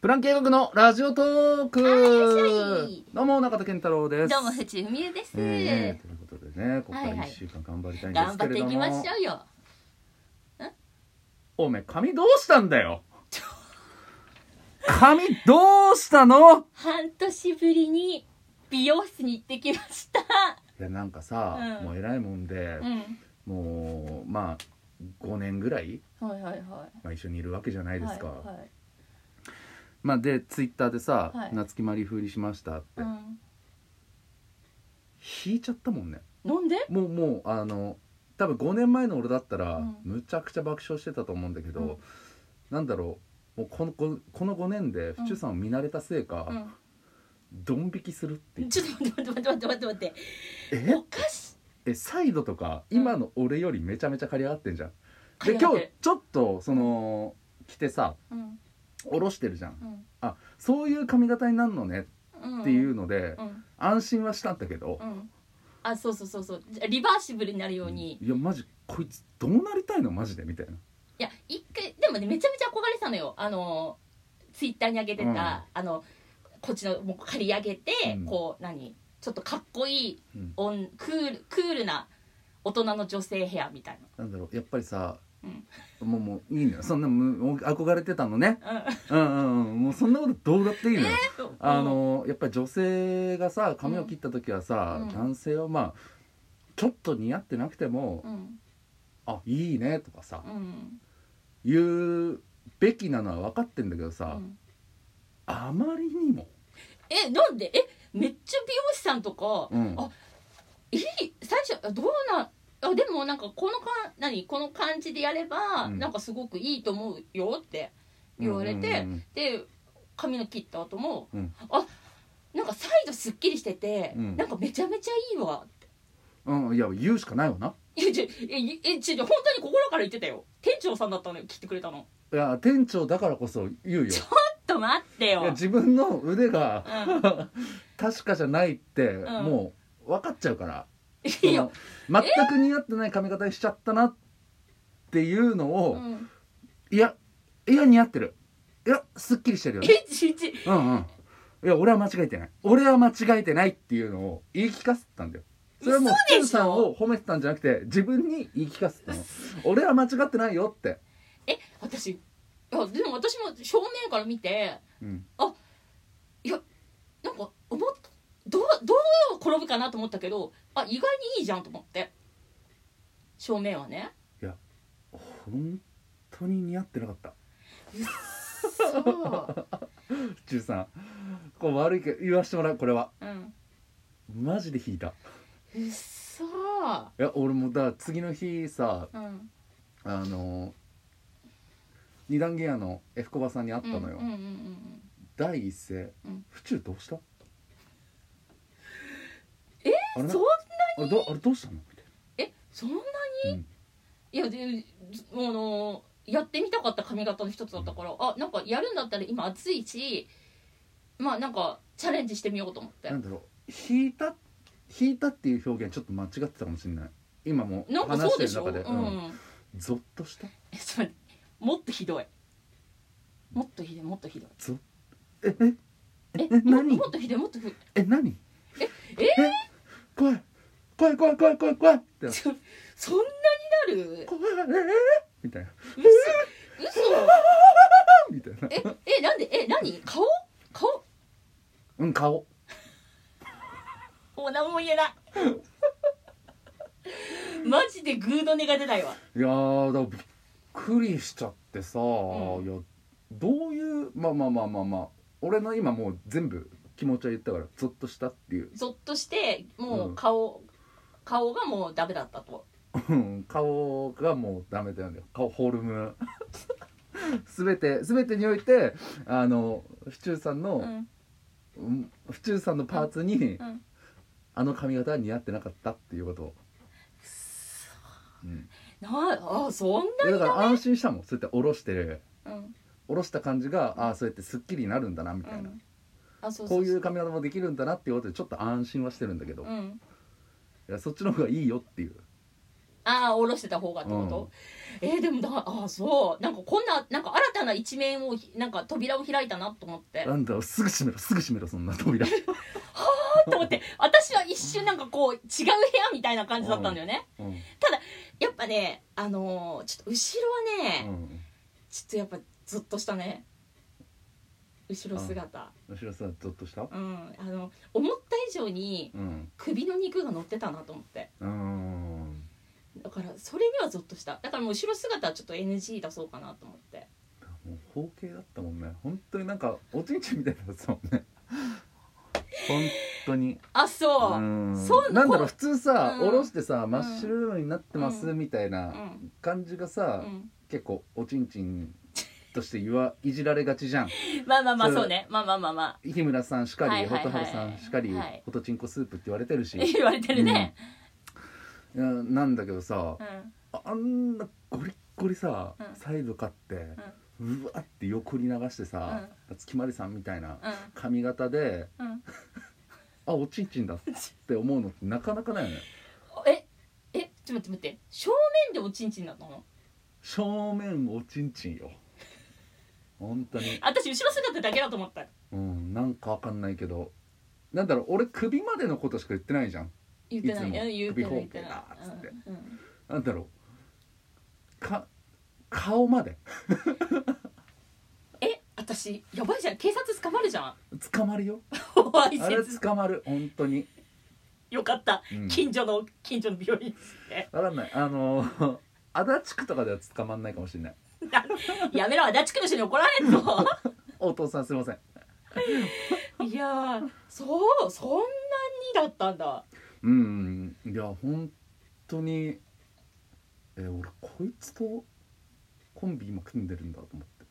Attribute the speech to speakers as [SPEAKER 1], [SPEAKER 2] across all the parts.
[SPEAKER 1] プラン計画のラジオトーク
[SPEAKER 2] あいらっしゃい
[SPEAKER 1] どうも中田健太郎です
[SPEAKER 2] どうも藤文江です、
[SPEAKER 1] えーということでねここか
[SPEAKER 2] はい
[SPEAKER 1] ら
[SPEAKER 2] はい
[SPEAKER 1] 1週間頑張りたいんで
[SPEAKER 2] 頑
[SPEAKER 1] すけ
[SPEAKER 2] 張っ
[SPEAKER 1] れ
[SPEAKER 2] てい
[SPEAKER 1] ど
[SPEAKER 2] き
[SPEAKER 1] も、
[SPEAKER 2] ましょうよ
[SPEAKER 1] おめえ髪どうしたんだよ髪どうしたの
[SPEAKER 2] 半年ぶりに美容室に行ってきました
[SPEAKER 1] いやなんかさ、
[SPEAKER 2] うん
[SPEAKER 1] もう偉いもんで
[SPEAKER 2] う、ん
[SPEAKER 1] もうまあ5年ぐらい、
[SPEAKER 2] はいはいはい
[SPEAKER 1] まあ、一緒にいるわけじゃないですか、
[SPEAKER 2] はいはい
[SPEAKER 1] まあでツイッターでさ「
[SPEAKER 2] はい
[SPEAKER 1] 夏木マリ風にしました」って、
[SPEAKER 2] うん
[SPEAKER 1] 引いちゃったもんね
[SPEAKER 2] なんで
[SPEAKER 1] もうもうあの多分5年前の俺だったら、
[SPEAKER 2] うん
[SPEAKER 1] むちゃくちゃ爆笑してたと思うんだけど、
[SPEAKER 2] うん
[SPEAKER 1] なんだろうもうこのここの5年で府中さんを見慣れたせいか、ドン引きするって
[SPEAKER 2] う、
[SPEAKER 1] いうん
[SPEAKER 2] ちょっと待って待って待って待って待って
[SPEAKER 1] え
[SPEAKER 2] おかし
[SPEAKER 1] えサイドとか
[SPEAKER 2] うん
[SPEAKER 1] 今の俺よりめちゃめちゃ借り上がってんじゃん。で
[SPEAKER 2] 借り上
[SPEAKER 1] 今
[SPEAKER 2] がって
[SPEAKER 1] 日
[SPEAKER 2] る
[SPEAKER 1] ちょっとその着てさ
[SPEAKER 2] うん
[SPEAKER 1] 下ろしてるじゃん。
[SPEAKER 2] うん
[SPEAKER 1] あそういう髪型になるのね
[SPEAKER 2] うん
[SPEAKER 1] っていうので、
[SPEAKER 2] うん
[SPEAKER 1] 安心はしたんだけど
[SPEAKER 2] う、んあそうそうそうそうじゃあリバーシブルになるように、
[SPEAKER 1] いやマジこいつどうなりたいのマジでみたいな。
[SPEAKER 2] いや一回でもねめちゃめちゃ憧れてたのよあのツイッターに上げてた、
[SPEAKER 1] うん
[SPEAKER 2] あのこっちのもう借り上げて、
[SPEAKER 1] うん
[SPEAKER 2] こう何ちょっとかっこいい、
[SPEAKER 1] うん
[SPEAKER 2] おん、クールクールな大人の女性ヘアみたい
[SPEAKER 1] なんだろうやっぱりさ、
[SPEAKER 2] うん
[SPEAKER 1] もうもういいのよそんなむ憧れてたのね
[SPEAKER 2] な、うん
[SPEAKER 1] うんうんうんもうそんなことどうだっていいのよ、
[SPEAKER 2] そう
[SPEAKER 1] あのやっぱり女性がさ髪を切った時はさ、
[SPEAKER 2] うん
[SPEAKER 1] 男性はまあちょっと似合ってなくても「
[SPEAKER 2] うん
[SPEAKER 1] あいいね」とかさ
[SPEAKER 2] うん
[SPEAKER 1] 言うべきなのは分かってんだけど
[SPEAKER 2] う
[SPEAKER 1] さ、
[SPEAKER 2] ん
[SPEAKER 1] あまりにも、
[SPEAKER 2] えなんでえめっちゃ美容師さんとか、
[SPEAKER 1] うん
[SPEAKER 2] あいい最初あどうなんあでもなんかこのかん何この感じでやれば、
[SPEAKER 1] うん
[SPEAKER 2] なんかすごくいいと思うよって言われて、
[SPEAKER 1] うんうんうん
[SPEAKER 2] で髪の切った後も、
[SPEAKER 1] うん
[SPEAKER 2] あなんかサイドすっきりしてて、
[SPEAKER 1] うん
[SPEAKER 2] なんかめちゃめちゃいいわ
[SPEAKER 1] うんいや言うしかないわない
[SPEAKER 2] やちょええちょ本当に心から言ってたよ店長さんだったのよ切ってくれたの
[SPEAKER 1] いや店長だからこそ言うよい
[SPEAKER 2] ちょちょっと待ってよ
[SPEAKER 1] や自分の腕が
[SPEAKER 2] うん、
[SPEAKER 1] 確かじゃないって、
[SPEAKER 2] ん
[SPEAKER 1] もう分かっちゃうから
[SPEAKER 2] いいよ、
[SPEAKER 1] その全く似合ってない髪型にしちゃったなっていうの
[SPEAKER 2] う
[SPEAKER 1] を、
[SPEAKER 2] ん、
[SPEAKER 1] いやいや似合ってるいやすっきりしてるよね
[SPEAKER 2] えちち
[SPEAKER 1] うんうんいや俺は間違えてない俺は間違えてないっていうのを言い聞かせたんだよそれはもう
[SPEAKER 2] 嘘で
[SPEAKER 1] チュ
[SPEAKER 2] しょ
[SPEAKER 1] ンさんを褒めてたんじゃなくて自分に言い聞かせたの俺は間違ってないよって、
[SPEAKER 2] え私いやでも私も正面から見て
[SPEAKER 1] うん、
[SPEAKER 2] なんか思っどうどう転ぶかなと思ったけどあ意外にいいじゃんと思って正面は ね
[SPEAKER 1] 本当に似合ってなかった
[SPEAKER 2] そう、
[SPEAKER 1] チュンさんこう悪いけど言わしてもらうこれは
[SPEAKER 2] うん、
[SPEAKER 1] マジで引いた
[SPEAKER 2] うっそー
[SPEAKER 1] いや俺もだから次の日さ
[SPEAKER 2] うん
[SPEAKER 1] あの二段ギアの F コバさんに会ったのよ、
[SPEAKER 2] うんうんうんうん
[SPEAKER 1] 第一声、
[SPEAKER 2] うん
[SPEAKER 1] 府中どうした
[SPEAKER 2] え
[SPEAKER 1] あれな
[SPEAKER 2] そん
[SPEAKER 1] あれどあれどうしたのみたい
[SPEAKER 2] えそんな
[SPEAKER 1] な、
[SPEAKER 2] いやであのやってみたかった髪型の一つだったからあなんかやるんだったら今暑いしまあなんかチャレンジしてみようと思って
[SPEAKER 1] うんなんだろう引いた引いたっていう表現ちょっと間違ってたかもしれない今も
[SPEAKER 2] なんか
[SPEAKER 1] 話
[SPEAKER 2] そ
[SPEAKER 1] し
[SPEAKER 2] う
[SPEAKER 1] て
[SPEAKER 2] で
[SPEAKER 1] る
[SPEAKER 2] しょ
[SPEAKER 1] 中で
[SPEAKER 2] うん、
[SPEAKER 1] うんゾッとした
[SPEAKER 2] えちょっと待ってもっとひどいもっとひどいもっとひどい
[SPEAKER 1] ゾッええ
[SPEAKER 2] え
[SPEAKER 1] え
[SPEAKER 2] も
[SPEAKER 1] 何
[SPEAKER 2] もっとひどいもっとひどい
[SPEAKER 1] え何
[SPEAKER 2] ええ
[SPEAKER 1] 怖い怖い怖い怖い怖い怖いって
[SPEAKER 2] ちょそんなになる
[SPEAKER 1] 怖いえーみたいな
[SPEAKER 2] 嘘嘘
[SPEAKER 1] みたいな
[SPEAKER 2] ええなんでえ何顔顔
[SPEAKER 1] うん顔
[SPEAKER 2] もう何も言 えないマジでグーの音が出ないわ
[SPEAKER 1] いやーだからびっくりしちゃってさ、
[SPEAKER 2] うん
[SPEAKER 1] いやどういうまあまあまあまあまあ俺の今もう全部気持ちは言ったからゾッとしたっていう
[SPEAKER 2] ゾッとしても
[SPEAKER 1] うん
[SPEAKER 2] う顔、顔がもうダメだったと
[SPEAKER 1] うん顔がもうダメだよね顔フォルム 全て全てにおいてあの府中さん
[SPEAKER 2] う
[SPEAKER 1] の、
[SPEAKER 2] ん
[SPEAKER 1] うん府中さんのパーツに、
[SPEAKER 2] うん
[SPEAKER 1] あの髪型は似合ってなかったっていうことを、うん
[SPEAKER 2] なああそん
[SPEAKER 1] いやだから安心したもんそうやって下ろしてる
[SPEAKER 2] なうん
[SPEAKER 1] 下ろした感じがああそうやってすっきりになるんだなみたいな、
[SPEAKER 2] うんあそうそうそう
[SPEAKER 1] こういう髪型もできるんだなっていうことでちょっと安心はしてるんだけど、
[SPEAKER 2] うん
[SPEAKER 1] いやそっちの方がいいよっていう
[SPEAKER 2] あああ下ろしてた方がってこと、えーでもだああそうなんかこんななんか新たな一面をなんか扉を開いたなと思って
[SPEAKER 1] なんだすぐ閉めろすぐ閉めろそんな 扉
[SPEAKER 2] と思って私は一瞬なんかこう違う部屋みたいな感じだったんだよね
[SPEAKER 1] うんうん
[SPEAKER 2] やっぱねあのーちょっと後ろはね、ちょっとやっぱずっとしたね後ろ姿
[SPEAKER 1] 後ろさんゾッとした
[SPEAKER 2] うんあの思った以上に
[SPEAKER 1] うん
[SPEAKER 2] 首の肉が乗ってたなと思って
[SPEAKER 1] うん
[SPEAKER 2] だからそれにはゾッとしただからもう後ろ姿はちょっと NG 出そうかなと思って
[SPEAKER 1] もう包茎だったもんね本当になんかおちんちんみたいだったもんね本当に
[SPEAKER 2] あそう、うん
[SPEAKER 1] ん
[SPEAKER 2] そう
[SPEAKER 1] なんだろう普通さ
[SPEAKER 2] うん
[SPEAKER 1] おろしてさ真っ白になってます
[SPEAKER 2] う
[SPEAKER 1] みたいうなん感じがさ結構おちんちんとして言わいじられがちじゃん
[SPEAKER 2] まあまあまあ
[SPEAKER 1] それ
[SPEAKER 2] そうねまあまあまあまあ
[SPEAKER 1] 日村さんしか
[SPEAKER 2] はい
[SPEAKER 1] り
[SPEAKER 2] はいはい
[SPEAKER 1] 蛍原さんしかり
[SPEAKER 2] はい
[SPEAKER 1] ホトチンコスープって言われてる し
[SPEAKER 2] 言われてるね、
[SPEAKER 1] いやなんだけどさ
[SPEAKER 2] うん
[SPEAKER 1] ああんなゴリッゴリさ
[SPEAKER 2] うん
[SPEAKER 1] サイドカってうわって横に流してさ月まりさんみたいな
[SPEAKER 2] う
[SPEAKER 1] 髪型で
[SPEAKER 2] んうん
[SPEAKER 1] あおちんちんだって思うのってなかなか ないよね
[SPEAKER 2] ええちょっと待って待って正面でおちんちんだったの
[SPEAKER 1] 正面おちんちんよ本当に
[SPEAKER 2] 私後ろ姿だけだと思った
[SPEAKER 1] うんなんかわかんないけどなんだろう俺首までのことしか言ってないじゃん
[SPEAKER 2] 言ってな
[SPEAKER 1] い
[SPEAKER 2] い
[SPEAKER 1] つも
[SPEAKER 2] うん言ってない言ってな
[SPEAKER 1] 首包茎
[SPEAKER 2] い
[SPEAKER 1] だっつって
[SPEAKER 2] うんうん
[SPEAKER 1] なんだろうか顔まで
[SPEAKER 2] え私やばいじゃん警察捕まるじゃん
[SPEAKER 1] 捕まるよ
[SPEAKER 2] お い
[SPEAKER 1] あれ
[SPEAKER 2] 説
[SPEAKER 1] 捕まる本当に、
[SPEAKER 2] よかった
[SPEAKER 1] うん、
[SPEAKER 2] 近所の近所の病院で
[SPEAKER 1] わかんないあのー 足立区とかでは捕まんないかもしれない
[SPEAKER 2] やめろ足立区の人に怒られ んぞ
[SPEAKER 1] お父さんすいません
[SPEAKER 2] いやーそうそんなにだったんだ
[SPEAKER 1] うんいや本当にえ俺こいつとコンビ今組んでるんだと思って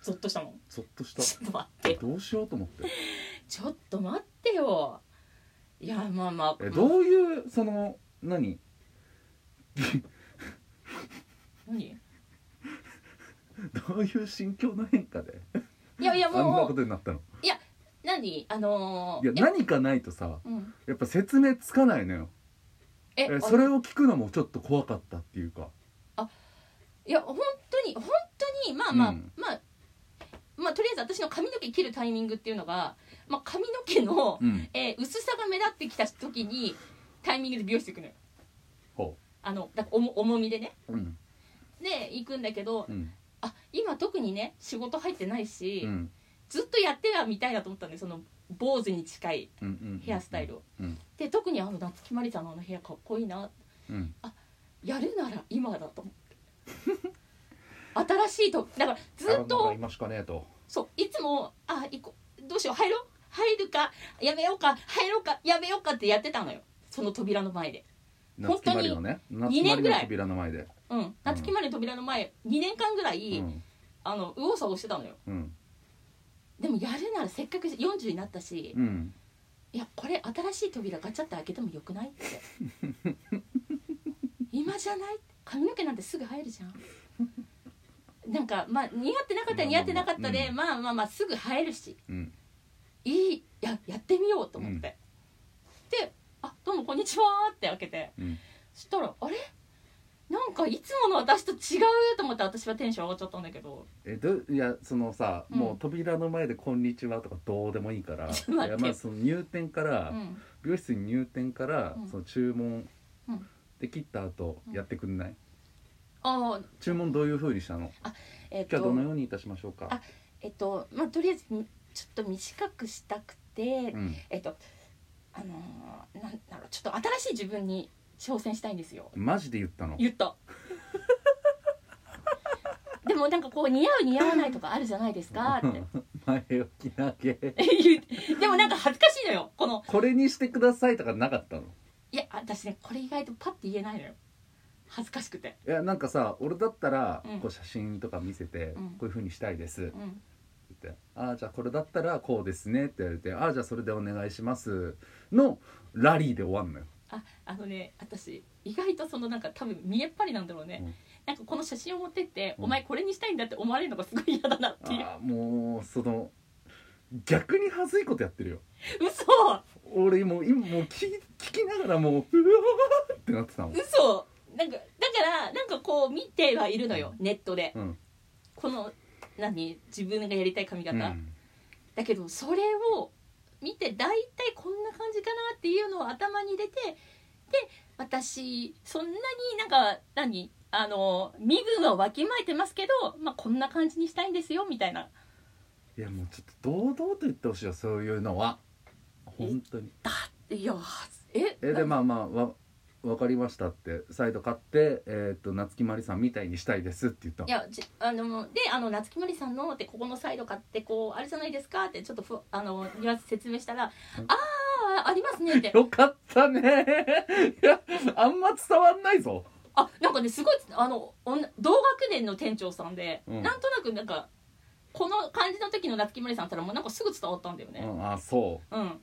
[SPEAKER 2] ゾッとしたもん
[SPEAKER 1] ゾッとし
[SPEAKER 2] ち
[SPEAKER 1] た
[SPEAKER 2] ょっと待って
[SPEAKER 1] どうしようと思って
[SPEAKER 2] ちょっと待ってよいやまあまあ
[SPEAKER 1] え
[SPEAKER 2] まあ
[SPEAKER 1] どういうその何
[SPEAKER 2] 何
[SPEAKER 1] どういう心境の変化で
[SPEAKER 2] いやいや
[SPEAKER 1] あんなこ
[SPEAKER 2] もう
[SPEAKER 1] とになったの
[SPEAKER 2] 何あの
[SPEAKER 1] いや
[SPEAKER 2] ー
[SPEAKER 1] 何かないとさ
[SPEAKER 2] うん
[SPEAKER 1] やっぱ説明つかないのよ
[SPEAKER 2] え
[SPEAKER 1] え
[SPEAKER 2] あ
[SPEAKER 1] それを聞くのもちょっと怖かったっていうか
[SPEAKER 2] いや本当に本当にまあまあ、
[SPEAKER 1] うん
[SPEAKER 2] まあまあとりあえず私の髪の毛切るタイミングっていうのが、まあ、髪の毛の、
[SPEAKER 1] うん
[SPEAKER 2] えー薄さが目立ってきた時にタイミングで美容室行くのよ
[SPEAKER 1] ほ
[SPEAKER 2] あのだから重重みでね
[SPEAKER 1] ううん
[SPEAKER 2] で行くんだけど
[SPEAKER 1] うん
[SPEAKER 2] あ今特にね仕事入ってないし、
[SPEAKER 1] うん
[SPEAKER 2] ずっとやってはみたいなと思ったんでその坊主に近い
[SPEAKER 1] うんうん
[SPEAKER 2] ヘアスタイルを、
[SPEAKER 1] うん
[SPEAKER 2] で特にあの夏木マリさんのあのヘアかっこいいな
[SPEAKER 1] うん
[SPEAKER 2] やるなら今だと思 って新しいとだからずっと
[SPEAKER 1] いましかねえと
[SPEAKER 2] そういつもあ行こうどうしよう入ろう入るかやめようか入ろうかやめようかってやってたのよその扉の前で
[SPEAKER 1] 夏木マリのね夏
[SPEAKER 2] 二
[SPEAKER 1] 木マリ
[SPEAKER 2] 年ぐら
[SPEAKER 1] の
[SPEAKER 2] い
[SPEAKER 1] 扉の前で
[SPEAKER 2] うん夏木まりの扉の前2年間ぐら
[SPEAKER 1] う
[SPEAKER 2] い、
[SPEAKER 1] ん
[SPEAKER 2] あの右往左往してたのよ
[SPEAKER 1] うん
[SPEAKER 2] でもやるならせっかく40になったし、
[SPEAKER 1] うん
[SPEAKER 2] いやこれ新しい扉ガチャって開けてもよくないって 今じゃない髪の毛なんてすぐ生えるじゃんなんかまあ似合ってなかったら似合ってなかったで、
[SPEAKER 1] うん
[SPEAKER 2] まあまあまあすぐ生えるし
[SPEAKER 1] うん
[SPEAKER 2] いいややってみようと思って、
[SPEAKER 1] うん
[SPEAKER 2] で「あどうもこんにちは」って開けて
[SPEAKER 1] うん
[SPEAKER 2] そしたら「あれなんかいつもの私と違う」と思って私はテンション上がっちゃったんだけど
[SPEAKER 1] えどいやそのさ、
[SPEAKER 2] うん
[SPEAKER 1] もう扉の前で「こんにちは」とかどうでもいいから
[SPEAKER 2] ちょっと待って
[SPEAKER 1] いやまあその入店から、
[SPEAKER 2] うん
[SPEAKER 1] 美容室に入店から、
[SPEAKER 2] うん
[SPEAKER 1] その注文
[SPEAKER 2] うん
[SPEAKER 1] で切った後、
[SPEAKER 2] うん
[SPEAKER 1] やってくんない
[SPEAKER 2] ああ
[SPEAKER 1] 注文どういう風にしたの
[SPEAKER 2] えっ
[SPEAKER 1] 今日はど
[SPEAKER 2] と
[SPEAKER 1] のようにいたしましょうか
[SPEAKER 2] あえっとまあとりあえずみちょっと短くしたくて
[SPEAKER 1] うん
[SPEAKER 2] えっとあのー、なんだろうちょっと新しい自分に挑戦したいんですよ
[SPEAKER 1] マジで言ったの
[SPEAKER 2] 言った でもなんかこう似合う似合わないとかあるじゃないで すかって
[SPEAKER 1] 前置き投げ
[SPEAKER 2] 言うでもなんか恥ずかしいのよこの
[SPEAKER 1] これにしてくださいとかなかったの
[SPEAKER 2] いや私ねこれ意外とパッて言えないのよ恥ずかしくて
[SPEAKER 1] いやなんかさ俺だったら、
[SPEAKER 2] うん
[SPEAKER 1] こう写真とか見せて、
[SPEAKER 2] うん
[SPEAKER 1] こういう風にしたいですって
[SPEAKER 2] うん
[SPEAKER 1] 言って「ああじゃあこれだったらこうですね」って言われて「ああじゃあそれでお願いします」のラリーで終わんのよ
[SPEAKER 2] ああのね私意外とそのなんか多分見えっ張りなんだろうね、
[SPEAKER 1] うん
[SPEAKER 2] なんかこの写真を持ってって、
[SPEAKER 1] うん
[SPEAKER 2] お前これにしたいんだって思われるのがすごい嫌だなっていう
[SPEAKER 1] あーもうその逆に恥ずいことやってるよ
[SPEAKER 2] 嘘
[SPEAKER 1] 俺もう今もう聞き聞きながらもううわーってなってたもん
[SPEAKER 2] 嘘なんかだからなんかこう見てはいるのよネットで
[SPEAKER 1] うん
[SPEAKER 2] この何自分がやりたい髪
[SPEAKER 1] う
[SPEAKER 2] 型、
[SPEAKER 1] ん
[SPEAKER 2] だけどそれを見て大体こんな感じかなっていうのを頭に入れてで私そんなになんか何あの身分はわきまえてますけど、まあ、こんな感じにしたいんですよみたいない
[SPEAKER 1] やもうちょっと堂々と言ってほしいよそういうのは本当に
[SPEAKER 2] だっていやえ
[SPEAKER 1] えでまあまあわ分かりましたって再度買ってえっ、と夏木マリさんみたいにしたいですって言ったの
[SPEAKER 2] いやじあのであの夏木マリさんのってここのサイド買ってこうあれじゃないですかってちょっとふあのニュアンス説明したら「ああありますね」って
[SPEAKER 1] よかったねいやあんま伝わんないぞ
[SPEAKER 2] あなんかねすごいあの女同学年の店長さんで、
[SPEAKER 1] うん
[SPEAKER 2] なんとなくなんかこの感じの時の夏木マリさんだったらもうなんかすぐ伝わったんだよ
[SPEAKER 1] う
[SPEAKER 2] ね
[SPEAKER 1] んあそ
[SPEAKER 2] うん、あ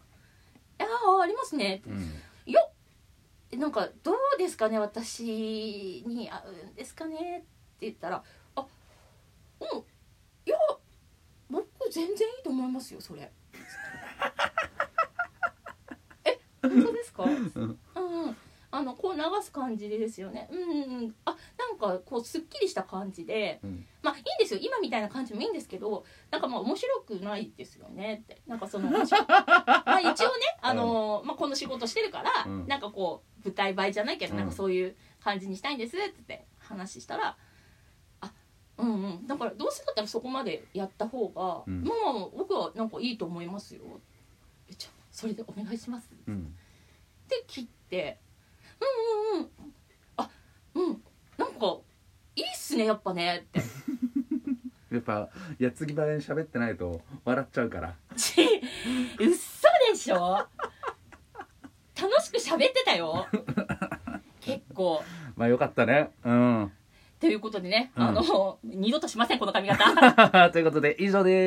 [SPEAKER 2] あありますね
[SPEAKER 1] ううん
[SPEAKER 2] いやなんかどうですかね私に合うんですかねって言ったらあうんいや僕全然いいと思いますよそれ え本当ですか
[SPEAKER 1] うん
[SPEAKER 2] うんあのこう流す感じですよねうんうんあなんかこうすっきりした感じで
[SPEAKER 1] うん
[SPEAKER 2] まあいいんですよ今みたいな感じもいいんですけどなんかまあ面白くないですよねってなんか そのまあ一応ねあの、まあ、この仕事してるから、
[SPEAKER 1] うん
[SPEAKER 2] なんかこう舞台映えじゃないけど、
[SPEAKER 1] うん
[SPEAKER 2] なんかそういう感じにしたいんですってって話したらあうんうんだからどうせだったらそこまでやった方が、
[SPEAKER 1] うん
[SPEAKER 2] まあまあ僕はなんかいいと思いますよえじゃあそれでお願いします
[SPEAKER 1] うん
[SPEAKER 2] って切ってうんうんうんあうんなんかいいっすねやっぱねって
[SPEAKER 1] やっぱ矢継ぎ早に喋ってないと笑っちゃうから
[SPEAKER 2] ち 嘘でしょ楽しく喋ってたよ 結構
[SPEAKER 1] まあよかったねうん
[SPEAKER 2] ということでね、
[SPEAKER 1] うん
[SPEAKER 2] あの二度としませんこの髪型
[SPEAKER 1] ということで以上です